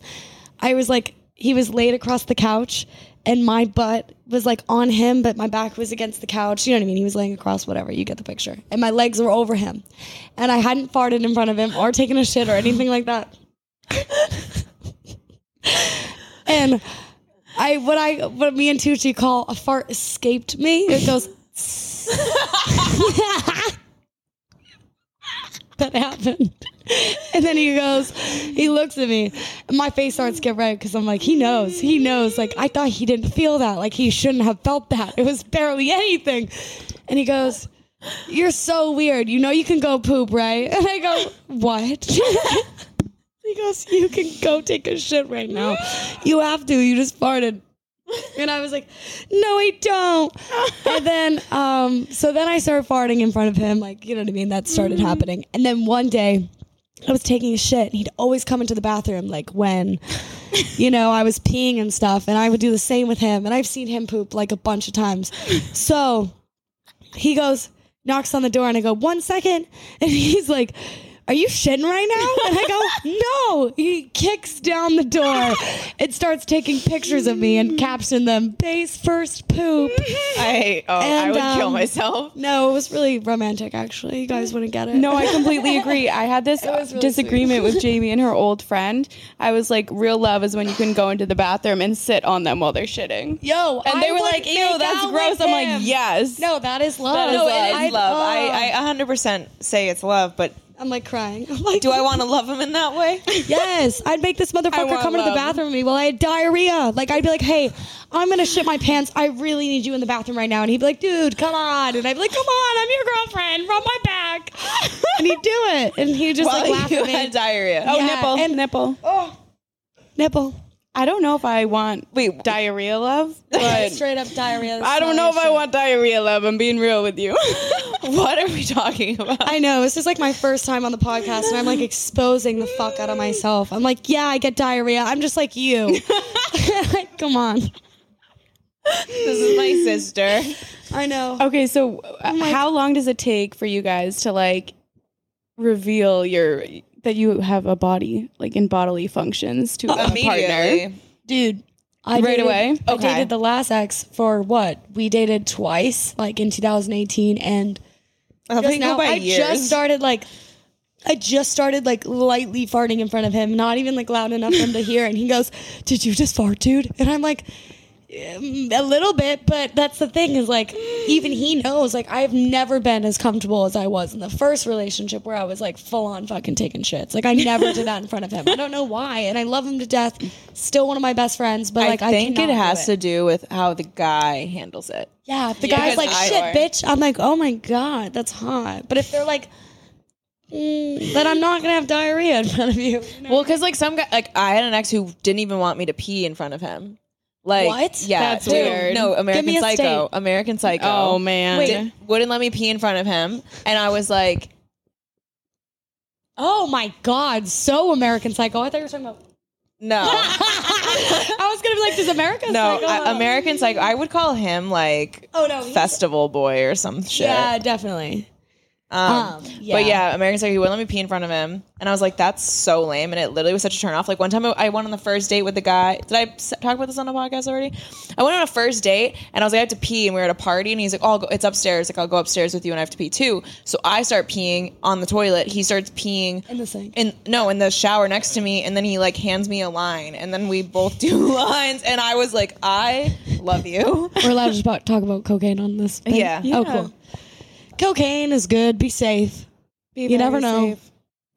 E: I was like he was laid across the couch and my butt was like on him, but my back was against the couch. You know what I mean? He was laying across, whatever, you get the picture. And my legs were over him. And I hadn't farted in front of him or taken a shit or anything like that. and I what I what me and Tucci call a fart escaped me. It goes that happened. And then he goes, he looks at me, and my face starts to get red because I'm like, he knows, he knows. Like I thought he didn't feel that, like he shouldn't have felt that. It was barely anything. And he goes, "You're so weird. You know you can go poop, right?" And I go, "What?" he goes, "You can go take a shit right now. You have to. You just farted." And I was like, no, I don't. and then, um, so then I started farting in front of him. Like, you know what I mean? That started happening. And then one day, I was taking a shit, and he'd always come into the bathroom, like when, you know, I was peeing and stuff. And I would do the same with him. And I've seen him poop like a bunch of times. So he goes, knocks on the door, and I go, one second. And he's like, Are you shitting right now? And I go, No. He kicks down the door and starts taking pictures of me and captioned them, base first poop.
D: I oh, I
E: And,
D: would kill
E: um,
D: myself.
E: No, it was really romantic, actually. You guys wouldn't get it.
B: No, I completely agree. I had this
E: really
B: disagreement with Jamie and her old friend. I was like, real love is when you can go into the bathroom and sit on them while they're shitting.
E: Yo,
B: And they
E: I
B: were
E: would
B: like, ew,
E: make
B: that's
E: out
B: gross.
E: with
B: I'm
E: him.
B: like, yes.
E: No, that is love.
D: No, it
E: I'd-
D: is love.
E: oh.
D: I, I 100% say it's love, but
E: I'm like crying. I'm like,
D: do I want to love him in that way?
E: Yes, I'd make this motherfucker
B: want
E: come into the
B: love.
E: bathroom with me while I had diarrhea. Like I'd be like, "Hey, I'm gonna shit my pants. I really need you in the bathroom right now." And he'd be like, "Dude, come on!" And I'd be like, "Come on, I'm your girlfriend. Rub my back." And he'd do it, and he'd just
D: While
E: like laugh
D: you
E: at me.
D: had diarrhea.
B: Oh,
E: Yeah,
B: nipple.
E: and-
B: nipple.
E: Nipple,
B: I don't know if I want
D: Wait,
B: diarrhea love, but
E: straight up diarrhea.
B: I don't know if I want diarrhea love. I'm being real with you.
D: what are we talking about?
E: I know this is like my first time on the podcast, and I'm like exposing the fuck out of myself. I'm like, "Yeah, I get diarrhea. I'm just like you." come on.
D: This is my sister.
E: I know.
B: okay, so uh, how long does it take for you guys to like reveal your that you have a body, like in bodily functions to a partner?
D: Immediately.
E: dude. I
B: Right
E: dated-
B: away?
E: I
D: Okay.
E: dated the last ex for what? We dated twice, like in 2018, and
D: I
E: just
D: think
E: now
D: go by
E: I just
D: years.
E: started like, I just started like lightly farting in front of him, not even like loud enough for him to hear. And he goes, "Did you just fart, dude?" And I'm like, "Mm, "A little bit," but that's the thing is like, even he knows. Like, I've never been as comfortable as I was in the first relationship where I was like full on fucking taking shits. Like, I never did that in front of him. I don't know why, and I love him to death. Still one of my best friends, but like,
D: I
E: I
D: think it
E: cannot do
D: has to do with how the guy handles it.
E: yeah, if the
D: Yeah,
E: guy's
D: because
E: like,
D: I-
E: shit, bitch, I'm like, oh my God, that's hot. But if they're like, mm, then I'm not going to have diarrhea in front of you.
D: Well, because like some guy, like I had an ex who didn't even want me to pee in front of him. Like
E: What?
D: Yeah,
B: That's
D: dude,
B: weird.
D: No, American
E: me a
D: Psycho.
E: state.
D: American Psycho.
B: Oh man.
D: Did- wouldn't let me pee in front of him, and I was like,
E: Oh my God, so American Psycho. I thought you were talking about.
D: no.
E: I was going to be like, does American
D: No, uh,
E: Psycho?
D: I, American Psycho. I would call him like
E: Oh, no, he's-
D: festival boy or some shit.
E: yeah, definitely.
D: Um,
E: um,
D: But
E: yeah.
D: yeah, American Psycho. He wouldn't let me pee in front of him, and I was like, "That's so lame." And it literally was such a turn off. Like one time, I- I went on the first date with the guy. Did I s- talk about this on the podcast already? I went on a first date, and I was like, "I have to pee," and we were at a party, and he's like, "Oh, I'll go, it's upstairs. Like I'll go upstairs with you, and I have to pee too." So I start peeing on the toilet. He starts peeing
E: In the sink.
D: in no in the shower next to me and then he like hands me a line and then we both do lines and i was like i love you
E: We're allowed to talk talk about cocaine on this. thing?
D: Yeah.
E: Oh, cool. Cocaine is good. Be safe. you never know.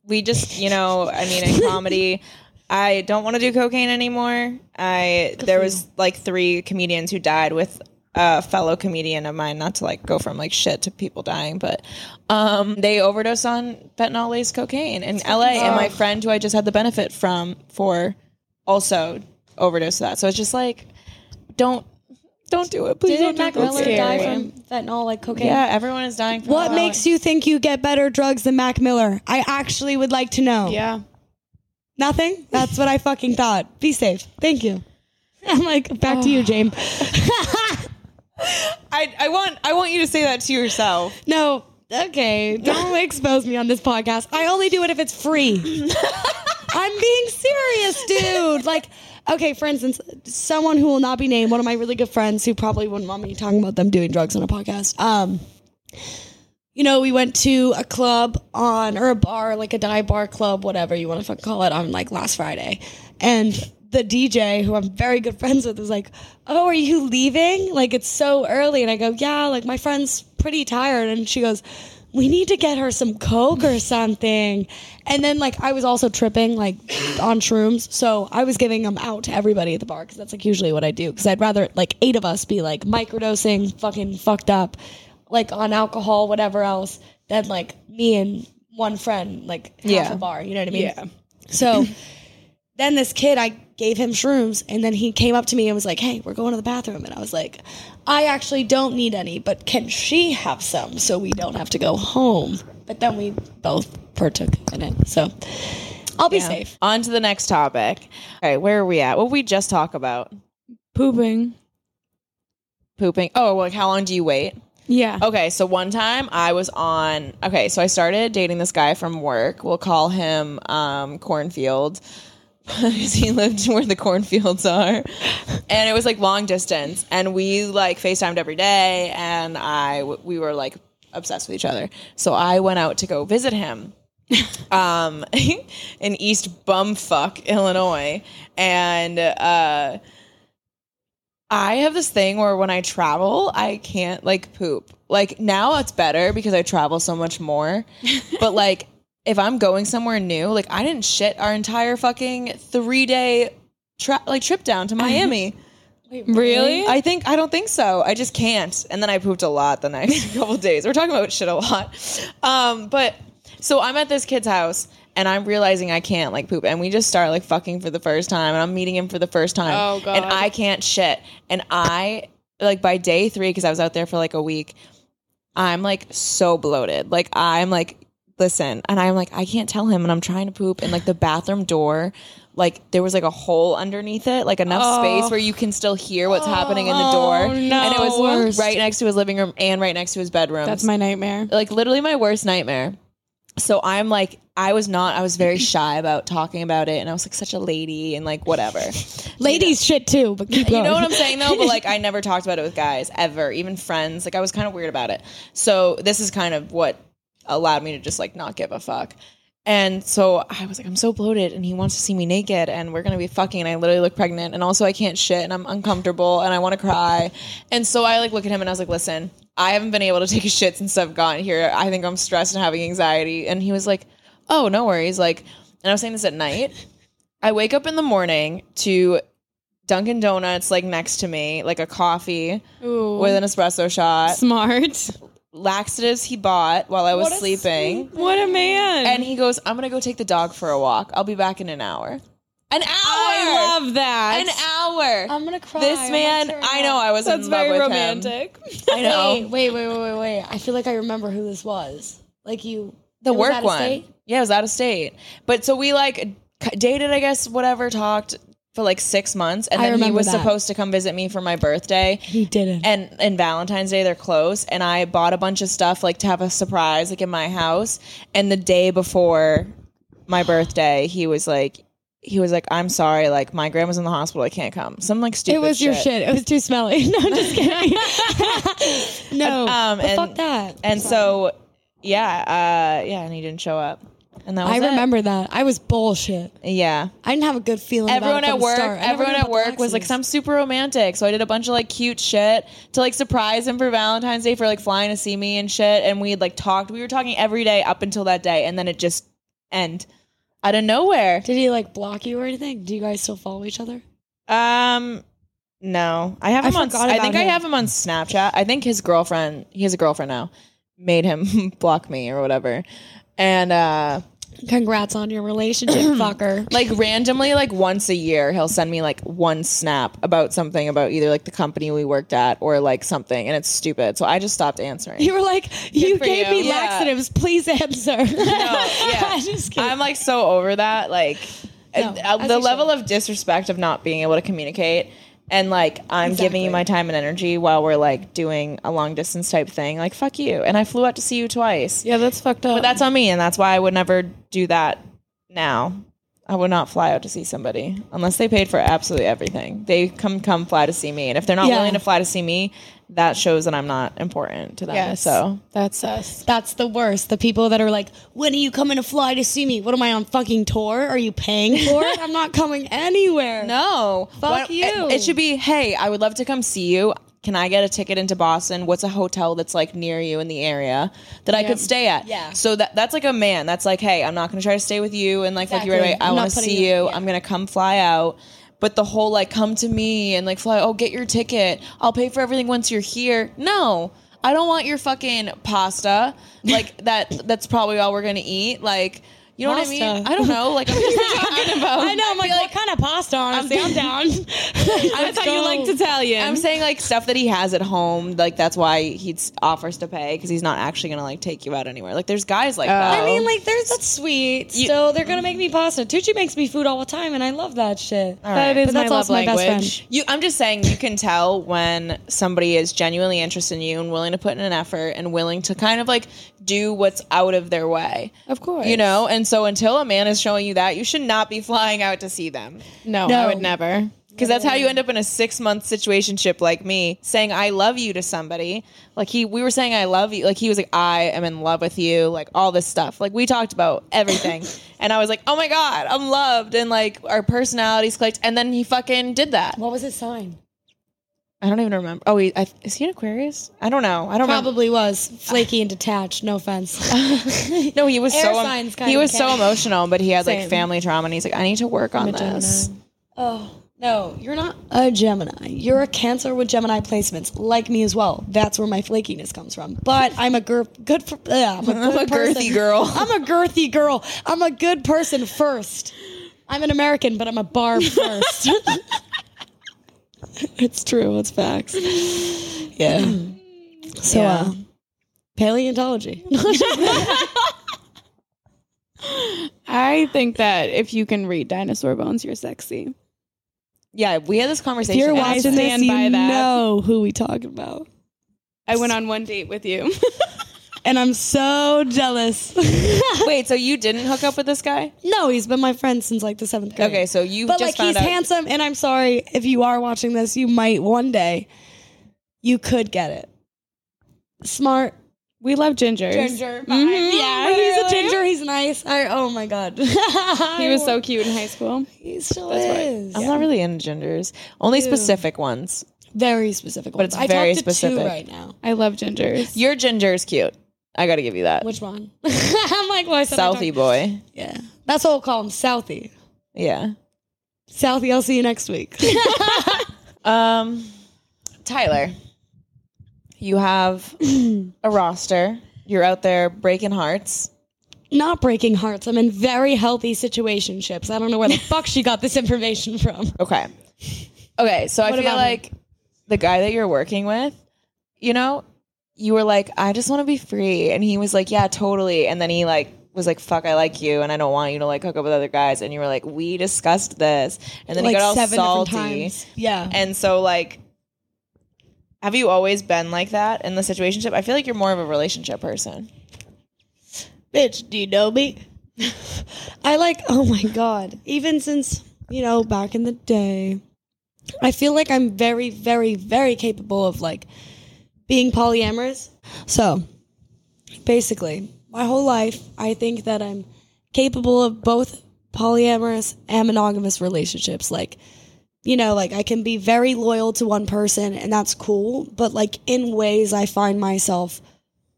D: we just you know i mean in comedy i don't want to do cocaine anymore i there was like three comedians who died with a fellow comedian of mine not to like go from like shit to people dying but um they overdosed on fentanyl laced cocaine in la and my friend who i just had the benefit from for also overdosed of that so it's just like don't don't do it please
E: Didn't
D: don't
E: Mac
D: do it.
E: Miller die
B: scary.
E: from fentanyl like cocaine?
D: yeah everyone is dying from
E: What
D: fentanyl.
E: makes you think you get better drugs than Mac Miller? I actually would like to know.
B: Yeah.
E: Nothing? That's what I fucking thought. Be safe. Thank you. I'm like, back to you, James.
D: I, I want i want you to say that to yourself
E: no. Okay. Don't expose me on this podcast. I only do it if it's free. I'm being serious, dude. Like, okay, for instance, someone who will not be named, one of my really good friends who probably wouldn't want me talking about them doing drugs on a podcast. Um, you know, we went to a club on or a bar, like a dive bar club, whatever you want to fucking call it, on like last Friday. And the DJ, who I'm very good friends with, was like, Oh, are you leaving? Like it's so early. And I go, Yeah, like my friend's pretty tired. And she goes, We need to get her some Coke or something. And then like I was also tripping, like on shrooms. So I was giving them out to everybody at the bar because that's like usually what I do. Cause I'd rather like eight of us be like microdosing, fucking fucked up like on alcohol, whatever else, than like me and one friend, like half
D: Yeah.
E: a bar. You know what I mean? Yeah. So then this kid, I gave him shrooms, and then he came up to me and was like, "Hey, we're going to the bathroom," and I was like, "I actually don't need any, but can she have some so we don't have to go home?" But then we both partook in it, so I'll be safe.
D: On to the next topic. All right, where are we at? What did we just talk about?
B: Pooping.
D: Pooping. Oh, like how long do you wait?
B: Yeah.
D: Okay, so one time I was on. Okay, so I started dating this guy from work. We'll call him um, Cornfield because he lived where the cornfields are, and it was like long distance. And we like Facetimed every day, and I w- we were like obsessed with each other. So I went out to go visit him um, in East Bumfuck, Illinois, and uh, I have this thing where when I travel, I can't like poop. Like now it's better because I travel so much more, but like if I'm going somewhere new, like I didn't shit our entire fucking three day tra- like trip down to Miami.
C: Really?
D: I think I don't think so. I just can't. And then I pooped a lot the next couple days. We're talking about shit a lot. Um, but so I'm at this kid's house and I'm realizing I can't like poop. And we just start like fucking for the first time and I'm meeting him for the first time.
B: Oh, God.
D: And I can't shit. And I like by day three, because I was out there for like a week, I'm like so bloated. Like I'm like, listen, and I'm like, I can't tell him, and I'm trying to poop, and like the bathroom door, like there was like a hole underneath it, like enough
B: Oh.
D: space where you can still hear what's happening in the door, and it was right next to his living room and right next to his bedroom.
B: That's my nightmare.
D: like literally my worst nightmare. So I'm like, I was not, I was very shy about talking about it, and I was like such a lady and like whatever.
E: Ladies shit too, but keep
D: You
E: going.
D: know what I'm saying though, but like I never talked about it with guys ever, even friends. Like I was kind of weird about it. So this is kind of what allowed me to just like not give a fuck. And so I was like, I'm so bloated, and he wants to see me naked, and we're gonna be fucking, and I literally look pregnant, and also I can't shit, and I'm uncomfortable, and I want to cry, and so I like look at him, and I was like, listen, I haven't been able to take a shit since I've gotten here. I think I'm stressed and having anxiety, and he was like, oh, no worries, like, and I was saying this at night. I wake up in the morning to Dunkin' Donuts like next to me, like a coffee with an espresso shot.
C: Smart.
D: Laxatives he bought while I was sleeping.
C: What a man.
D: And he goes, I'm gonna go take the dog for a walk. I'll be back in an hour. An hour!
C: I love that.
D: an hour.
E: I'm gonna cry.
D: this
E: I'm
D: man,
E: tearing
D: I
E: up.
D: know I was
C: That's
D: in love
C: very
D: with
C: romantic.
D: him. I
E: Wait,
D: know
E: wait, wait, wait, wait, wait. I feel like I remember who this was. Like you,
D: the
E: it was
D: work
E: out of
D: one.
E: state?
D: Yeah, it was out of state. But so we like c- dated, I guess, whatever, talked for like six months, and
E: I
D: then he
E: remember
D: was
E: that.
D: supposed to come visit me for my birthday.
E: He didn't.
D: and and Valentine's Day they're close and I bought a bunch of stuff like to have a surprise like in my house and the day before my birthday he was like he was like I'm sorry like my grandma's in the hospital I can't come some like stupid
E: it was your shit. It was too smelly. No, I'm just kidding. no,
D: Um,
E: but
D: and-
E: fuck that.
D: and so yeah uh yeah and he didn't show up and that was
E: I
D: it.
E: remember that. I was bullshit.
D: yeah
E: I didn't have a good feeling.
D: everyone
E: about it
D: at
E: from the
D: work
E: start. I never
D: everyone
E: knew
D: at
E: about the
D: work was like
E: laxatives.
D: so I'm super romantic so I did a bunch of like cute shit to like surprise him for Valentine's Day for like flying to see me and shit and we had like talked we were talking every day up until that day and then it just end out of nowhere
E: Did he like block you or anything? Do you guys still follow each other?
D: um no I have
E: I
D: him on
E: forgot
D: I
E: about
D: think I
E: him.
D: have him on Snapchat I think his girlfriend he has a girlfriend now made him block me or whatever and uh
E: Congrats on your relationship, fucker.
D: like randomly like once a year he'll send me like one snap about something about either like the company we worked at or like something and it's stupid so i just stopped answering
E: You were like, you
D: for
E: gave
D: you.
E: me
D: Yeah.
E: laxatives. Please answer.
D: yeah.
E: just kidding.
D: i'm like so over that like and, uh,
E: as
D: the
E: you
D: level of disrespect of not being able to communicate and like i'm giving you my time and energy while we're like doing a long distance type thing like fuck you and i flew out to see you twice
B: Yeah, that's fucked up.
D: but that's on me and that's why i would never do that now i would not fly out to see somebody unless they paid for absolutely everything they come come fly to see me and if they're not
E: Yeah.
D: willing to fly to see me that shows that i'm not important to them so
B: that's us.
E: That's the worst. The people that are like, when are you coming to fly to see me? What am I on fucking tour? Are you paying for it? I'm not coming anywhere.
D: no fuck
E: you.
D: it, it should be hey i would love to come see you can I get a ticket into Boston? What's a hotel that's like near you in the area that I could stay at?
E: Yeah.
D: So that that's like a man. That's like, hey, I'm not going to try to stay with you and like fuck you right away.
E: Exactly.
D: I
E: I'm
D: want
E: not
D: to
E: putting
D: see
E: you-
D: you.
E: yeah.
D: I'm gonna come fly out. But the whole like come to me and like fly, oh get your ticket. I'll pay for everything once you're here. No. I don't want your fucking pasta. Like that that's probably all we're gonna eat. Like You know what I mean? I don't know. Like I'm just talking about.
E: I know. I'm like, what kind of pasta? Honestly, I'm down.
D: That's how you like to
C: Italian.
D: I'm saying like stuff that he has at home, like that's why he s- offers to pay because he's not actually gonna like take you out anywhere. Like there's guys like that.
E: I mean, like, there's that sweet. so they're gonna make me pasta. Tucci makes me food all the time, and I love that shit.
D: That
E: but that's also my best friend.
D: you, I'm just saying you can tell when somebody is genuinely interested in you and willing to put in an effort and willing to kind of like do what's out of their way.
B: Of course.
D: You know, and so until a man is showing you that, you should not be flying out to see them.
C: no, I
E: No.
C: would never.
D: Because that's how you end up in a six month situationship like me, saying I love you to somebody. Like he, we were saying I love you. Like he was like I am in love with you. Like all this stuff. Like we talked about everything, and I was like, oh my god, I'm loved, and like our personalities clicked. And then he fucking did that.
E: What was his sign?
D: I don't even remember. Oh, he, I, is he an Aquarius? I don't know. I don't remember.
E: Probably was flaky and detached. No offense.
D: No, he was
E: Air
D: so em-
E: signs kind
D: he
E: of
D: was so
E: cat.
D: emotional, but he had like
C: Same.
D: family trauma, and he's like, I need to work on this.
E: oh no, you're not a Gemini. You're a Cancer with Gemini placements, like me as well. That's where my flakiness comes from. But I'm a girth, good. For, ugh, I'm a, good
D: I'm a girthy
E: person.
D: girl.
E: I'm a girthy girl. I'm a good person first. I'm an American, but I'm a barb first. it's true. It's facts. Yeah. So, uh, paleontology.
B: I think that if you can read dinosaur bones, you're sexy.
D: Yeah, we had this conversation.
E: You're
D: last
E: watching
D: night.
E: this,
B: stand
E: you
B: by that.
E: know who we talking about.
B: I went on one date with you.
E: And I'm so jealous.
D: Wait, so you didn't hook up with this guy?
E: no, he's been my friend since like the seventh grade.
D: Okay, so you
E: but
D: just
E: like
D: found
E: he's
D: out.
E: handsome, and I'm sorry if you are watching this, you might one day, you could get it. Smart
B: we love gingers. Mm-hmm.
E: Mhm.
B: yeah,
E: he's a
B: really.
E: ginger. He's nice. I, oh my god,
B: He was so cute in high school.
E: he still
D: That's right. Uh-huh.
E: is.
D: I'm not really into genders, only specific ones.
E: Very specific,
D: But it's
E: ones.
D: very
E: I talked to
D: specific.
E: two right now.
B: I love gingers.
D: Your ginger is cute. I got to give you that.
E: Which one? I'm like, why? should I
D: Southie
E: talk-
D: Uh, boy.
E: Yeah, that's what we'll call him, Southie.
D: Yeah.
E: Southie, I'll see you next week.
D: Um, Tyler, you have a roster. You're out there breaking hearts.
E: not breaking hearts. I'm in very healthy situationships. I don't know where the fuck she got this information from.
D: Okay. Okay, so I feel
E: about him?
D: like the guy that you're working with, you know, you were like, I just want to be free. And he was like, Yeah, totally. And then he like was like, Fuck, I like you and I don't want you to like hook up with other guys. And you were like, We discussed this. And then he
E: like
D: got all
E: seven
D: salty.
E: different times. Yeah.
D: And so like have you always been like that in the situationship? I feel like you're more of a relationship person.
E: Bitch, do you know me? I like, oh my God. Even since, you know, back in the day, I feel like I'm very, very, very capable of like being polyamorous. So basically, my whole life, I think that I'm capable of both polyamorous and monogamous relationships. Like, you know, like I can be very loyal to one person and that's cool, but like in ways I find myself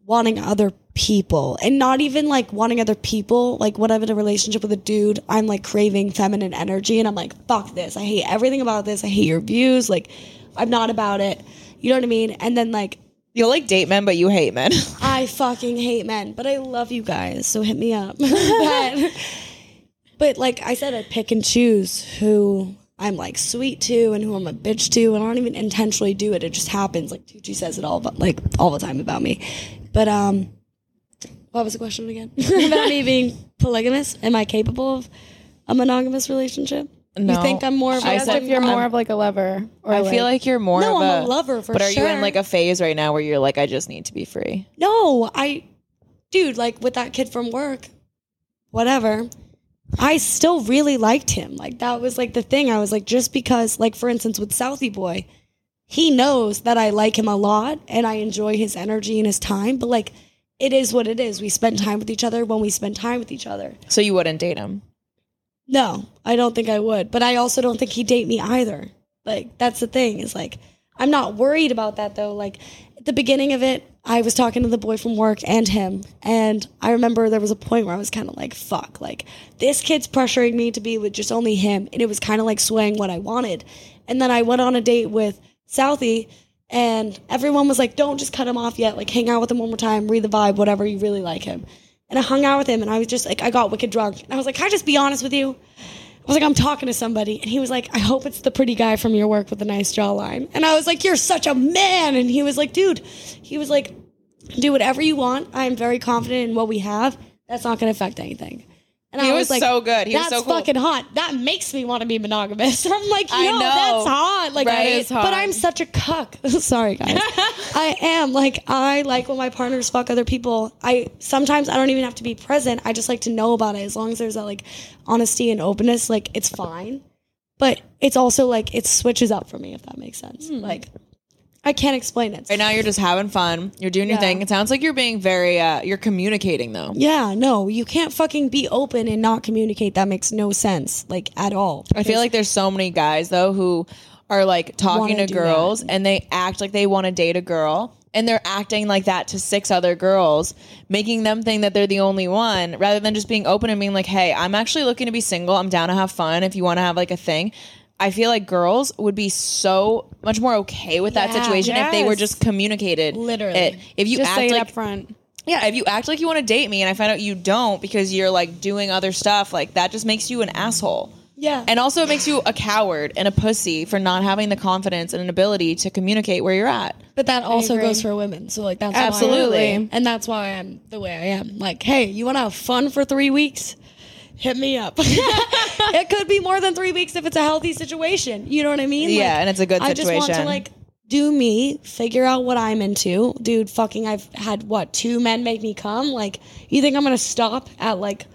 E: wanting other people and not even like wanting other people. Like when I'm in a relationship with a dude, I'm like craving feminine energy and I'm like, fuck this. I hate everything about this. I hate your views. Like I'm not about it. You know what I mean? And then like
D: You'll like date men, but you hate men.
E: I fucking hate men, but I love you guys, so hit me up. but, but, like I said, I pick and choose who I'm like sweet to and who I'm a bitch to, and I don't even intentionally do it. It just happens. Like Tucci says it all about like all the time about me. But um what was the question again? about me being polygamous. Am I capable of a monogamous relationship?
D: No.
E: You think I'm more of
D: I
E: a
D: said
B: if you're more of like a lover, or
D: I feel like you're more of
E: No, I'm a lover for
D: But are you in
E: sure.
D: like a phase right now where you're like, I just need to be free?
E: No, I, dude, like with that kid from work, whatever. I still really liked him. Like that was like the thing. I was like, just because, like for instance, with Southie Boy, he knows that I like him a lot and I enjoy his energy and his time. But like, it is what it is. We spend time with each other when we spend time with each other.
D: So you wouldn't date him.
E: No, I don't think I would. But I also don't think he'd date me either. Like, that's the thing is like, I'm not worried about that though. Like, at the beginning of it, I was talking to the boy from work and him. And I remember there was a point where I was kind of like, fuck, like, this kid's pressuring me to be with just only him. And it was kind of like swaying what I wanted. And then I went on a date with Southie. And everyone was like, don't just cut him off yet. Like, hang out with him one more time, read the vibe, whatever, you really like him. And I hung out with him and I was just like, I got wicked drunk. And I was like, can I just be honest with you? I was like, I'm talking to somebody. And he was like, I hope it's the pretty guy from your work with the nice jawline. And I was like, You're such a man. And he was like, Dude, he was like, Do whatever you want. I'm very confident in what we have. That's not going to affect anything. And
D: He
E: I
D: was so good. He was so
E: That's
D: cool."
E: fucking hot. That makes me want to be monogamous. I'm like, Yo,
D: I know.
E: that's hot. Like,
D: That is hot.
E: but I'm such a cuck. Sorry, guys. I am like I like when my partners fuck other people. I sometimes I don't even have to be present. I just like to know about it. As long as there's that like honesty and openness, like it's fine. But it's also like it switches up for me if that makes sense. Like I can't explain it.
D: Right now, Hmm. you're just having fun. You're doing your thing. It sounds like you're being very. Uh, you're communicating though.
E: yeah, no, you can't fucking be open and not communicate. That makes no sense, like at all.
D: I feel like there's so many guys though who are like talking to
E: Wanna do
D: girls and they act like they want to date a girl and they're acting like that to six other girls, making them think that they're the only one rather than just being open and being like, "Hey, I'm actually looking to be single. I'm down to have fun if you want to have like a thing." I feel like girls would be so much more okay with that
E: Yeah.
D: situation if they were
B: Yes.
D: just communicated.
E: Literally.
D: it. If you
B: Just
D: act
B: say it
D: like
B: up front.
D: yeah, if you act like you want to date me and I find out you don't because you're like doing other stuff, like that just makes you an asshole.
E: Yeah.
D: And also it makes you a coward and a pussy for not having the confidence and an ability to communicate where you're at.
E: But that also goes for women. So like that's why-
D: Absolutely.
E: and that's why I'm the way I am. Like, hey, you want to have fun for three weeks? Hit me up. it could be more than three weeks if it's a healthy situation. You know what I mean?
D: Yeah, and it's a good
E: I just want to
D: situation.
E: like do me, figure out what I'm into, dude. Fucking, I've had what two men make me come. Like, you think I'm gonna stop at like?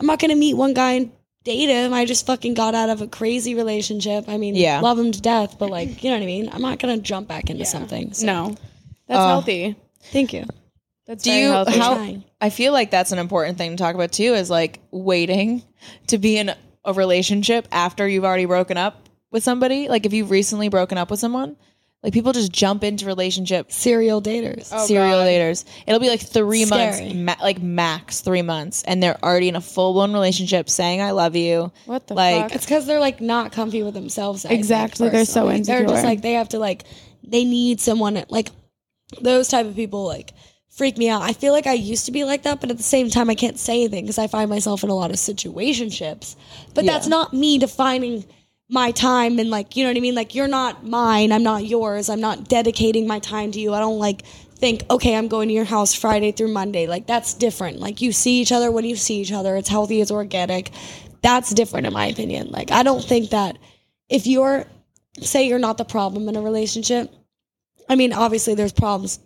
E: I'm not gonna meet one guy and date him. I just fucking got out of a crazy relationship. I mean,
D: Yeah.
E: love him to death, but like, you know what I mean. I'm not gonna jump back into something. So.
B: No, that's healthy.
E: Thank you.
B: That's
D: Do
B: very
D: you
B: healthy.
D: how
E: Trying.
D: I feel like that's an important thing to talk about too is like waiting to be in a relationship after you've already broken up with somebody. Like if you've recently broken up with someone, like people just jump into relationships
E: serial daters.
B: Oh,
D: serial daters. It'll be like three
E: Scary.
D: months, ma- like max three months, and they're already in a full blown relationship, saying "I love you."
B: What the
D: like,
B: fuck?
E: It's because they're like not comfy with themselves. I think,
B: Exactly. They're so
E: personally. They're just
B: insecure.
E: like they have to like they need someone like those type of people like freak me out. I feel like I used to be like that, but at the same time, I can't say anything because I find myself in a lot of situationships. But that's not me defining my time and like you know what I mean. Like you're not mine. I'm not yours. I'm not dedicating my time to you. I don't like think okay i'm going to your house friday through monday like that's different like you see each other when you see each other it's healthy it's organic that's different in my opinion like i don't think that if you're say you're not the problem in a relationship i mean obviously there's problems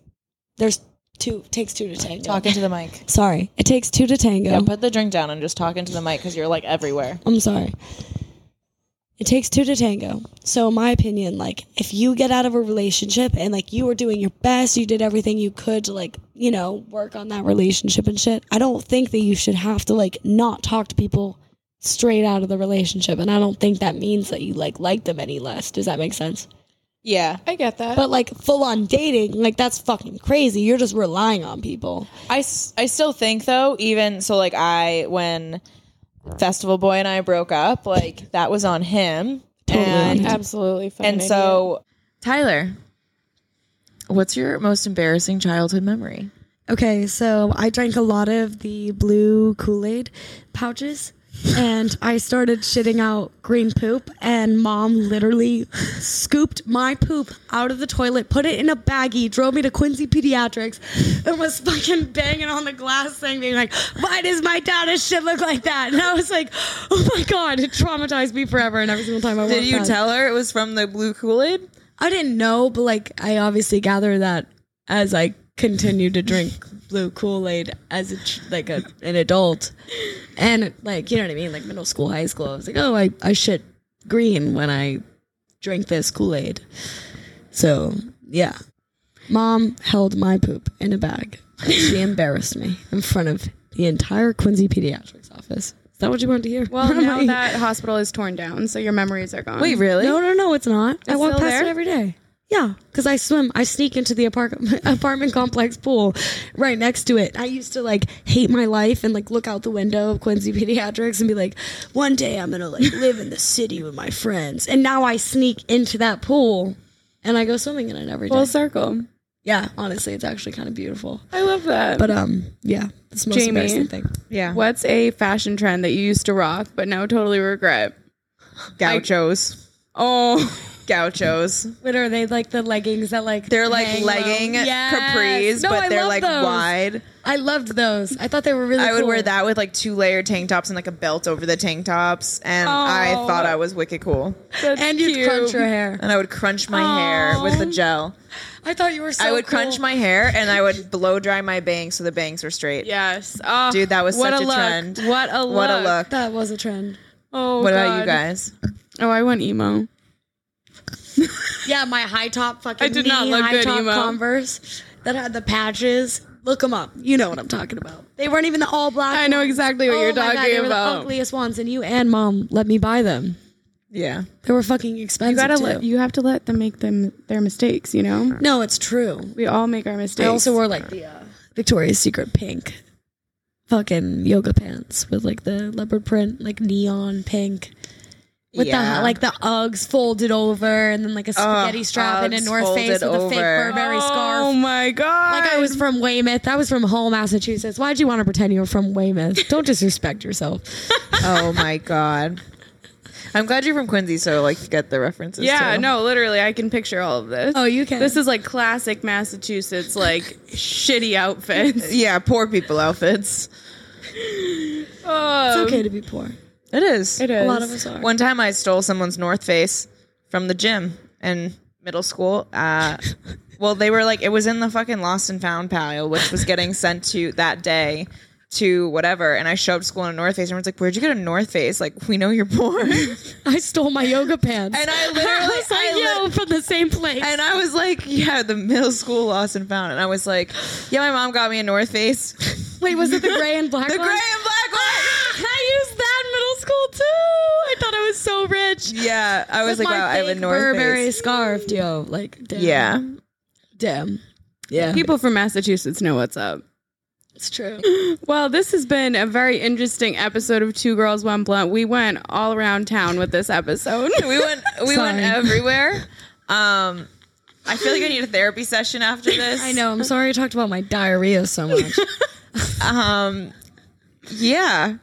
E: there's two takes two to tango
D: talking to the mic.
E: sorry it takes two to tango
D: Yeah, put the drink down and just talking to the mic because you're like everywhere.
E: I'm sorry. It takes two to tango. So in my opinion, like if you get out of a relationship and like you were doing your best, you did everything you could to like, you know, work on that relationship and shit. I don't think that you should have to like not talk to people straight out of the relationship. And I don't think that means that you like like them any less. Does that make sense?
D: Yeah,
B: I get that.
E: But like full on dating, like that's fucking crazy. You're just relying on people.
D: I, s- I still think though, even so, like I when Festival Boy and I broke up, like that was on him. and
B: Absolutely. fucking
D: and
B: idiot.
D: so Tyler, what's your most embarrassing childhood memory?
E: Okay, so I drank a lot of the blue Kool Aid pouches and I started shitting out green poop, and mom literally scooped my poop out of the toilet, put it in a baggie, drove me to Quincy Pediatrics, and was fucking banging on the glass thing, being like, Why does my daughter's shit look like that? And I was like, Oh my God, it traumatized me forever. And every single time I walked past-
D: her it was from the blue Kool Aid?
E: I didn't know, but like I obviously gather that as I continued to drink blue Kool Aid as a ch- like a, an adult, and like you know what I mean, like middle school, high school. I was like, oh, I I shit green when I drink this Kool Aid. So yeah, mom held my poop in a bag. She embarrassed me in front of the entire Quincy Pediatrics office. Is that what you wanted to hear?
B: well, now
E: Wait.
B: that hospital is torn down, so your memories are gone.
D: Wait, really?
E: No, no, no, it's not. I walk
B: still
E: past
B: there?
E: it every day. Yeah, because I swim. I sneak into the apartment apartment complex pool right next to it. I used to like hate my life and like look out the window of Quincy Pediatrics and be like, one day I'm gonna like live in the city with my friends. And now I sneak into that pool and I go swimming in it every day.
B: full circle.
E: Yeah, honestly, it's actually kind of beautiful.
B: I love that.
E: But um, yeah, it's the most
B: Jamie.
E: embarrassing thing.
D: Yeah.
B: What's a fashion trend that you used to rock but now totally regret?
D: Gauchos.
B: Oh,
D: Gauchos.
E: What are they like? The leggings that like
D: They're like
E: hang low?
D: legging
E: Yes.
D: capris,
E: No,
D: but
E: I
D: they're
E: love
D: like
E: those.
D: wide.
E: I loved those. I thought they were really.
D: I would
E: cool.
D: wear that with like two layer tank tops and like a belt over the tank tops, and I
B: Oh.
D: thought I was wicked cool.
E: and you'd
B: cute.
E: crunch your hair.
D: And I would crunch my hair with the gel.
E: I thought you were. so
D: I would
E: cool.
D: crunch my hair and I would blow dry my bangs so the bangs were straight.
B: yes. Oh,
D: Dude, that was
B: what
D: such
B: a,
D: a
B: look.
D: trend.
B: What a look.
D: What a look.
E: That was a trend.
B: Oh,
D: what about you
B: God.
D: guys?
B: Oh, I went emo.
E: Yeah, my high top fucking.
B: I did not look
E: high
B: good,
E: top
B: emo.
E: Converse that had the patches. Look them up. You know what I'm talking about. They weren't even the all black.
B: I know
E: ones.
B: exactly what
E: Oh
B: you're
E: my God, they
B: talking
E: were the
B: about.
E: ugliest ones, and you and mom let me buy them.
D: Yeah.
E: They were fucking
B: You
E: expensive.
B: gotta
E: too.
B: let you have to let them make them their mistakes. You know,
E: No, it's true.
B: we all make our mistakes.
E: I also wore like the uh, Victoria's Secret pink fucking yoga pants with like the leopard print, like neon pink. With
D: Yeah.
E: the like the Uggs folded over and then like a spaghetti strap and a
D: Uggs
E: North Face with
D: folded
E: a fake
D: over.
E: Burberry
B: Oh
E: scarf.
B: my god!
E: Like I was from Weymouth. I was from Hull, Massachusetts. Why'd you want to pretend you were from Weymouth? Don't disrespect yourself.
D: oh my god. I'm glad you're from Quincy, so like you get the references.
B: Yeah,
D: too.
B: no, literally, I can picture all of this.
E: Oh, you can.
B: This is like classic Massachusetts, like shitty outfits.
D: Yeah, poor people outfits.
E: It's
D: Um,
B: Oh,
E: okay to be poor.
D: It is.
B: it is.
E: A lot of us are.
D: One time I stole someone's North Face from the gym in middle school. Uh, well, they were like, it was in the fucking lost and found pile, which was getting sent to that day to whatever. And I showed up to school in a North Face. And everyone's like, where'd you get a North Face? Like, we know you're poor. and
E: I stole my yoga pants.
D: I literally,
E: was like,
D: I li-
E: yo, from the same place.
D: and I was like, yeah, the middle school lost and found. And I was like, yeah, my mom got me a North Face.
E: Wait, was it the gray and black
D: the
E: one?
D: gray and black one.
E: I used that in middle school too. I thought I was so rich.
D: Yeah, I was
E: With
D: like,
E: my
D: wow, I have a
E: fake
D: North
E: Burberry
D: Face.
E: scarf, yo. Like, damn.
D: Yeah.
E: Damn. Yeah.
B: People from Massachusetts know what's up.
E: It's true.
B: Well, this has been a very interesting episode of Two Girls One Blunt. We went all around town with this episode.
D: we went we went
E: Sorry.
D: everywhere. Um I feel like I need a therapy session after this.
E: I know. I'm sorry I talked about my diarrhea so much.
D: Um yeah.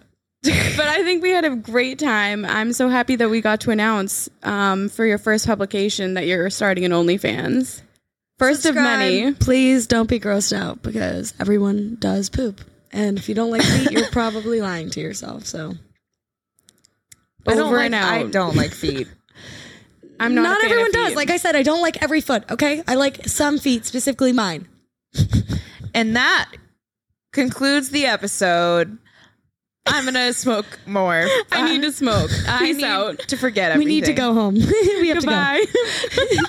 B: but I think we had a great time. I'm so happy that we got to announce um, for your first publication that you're starting an OnlyFans. First of many.
E: Please don't be grossed out because everyone does poop. And if you don't like feet, you're probably lying to yourself. So
D: I don't
B: Over
D: like
B: and out.
D: I don't like feet.
B: I'm not. a fan of
E: everyone does.
B: feet.
E: Like I said, I don't like every foot. Okay, I like some feet, specifically mine.
D: And that concludes the episode. I'm gonna smoke more.
B: I need to smoke.
D: I
B: Peace
D: need
B: out.
D: to forget
E: We
D: everything.
E: need to go home. we have to go.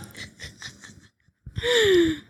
B: Goodbye.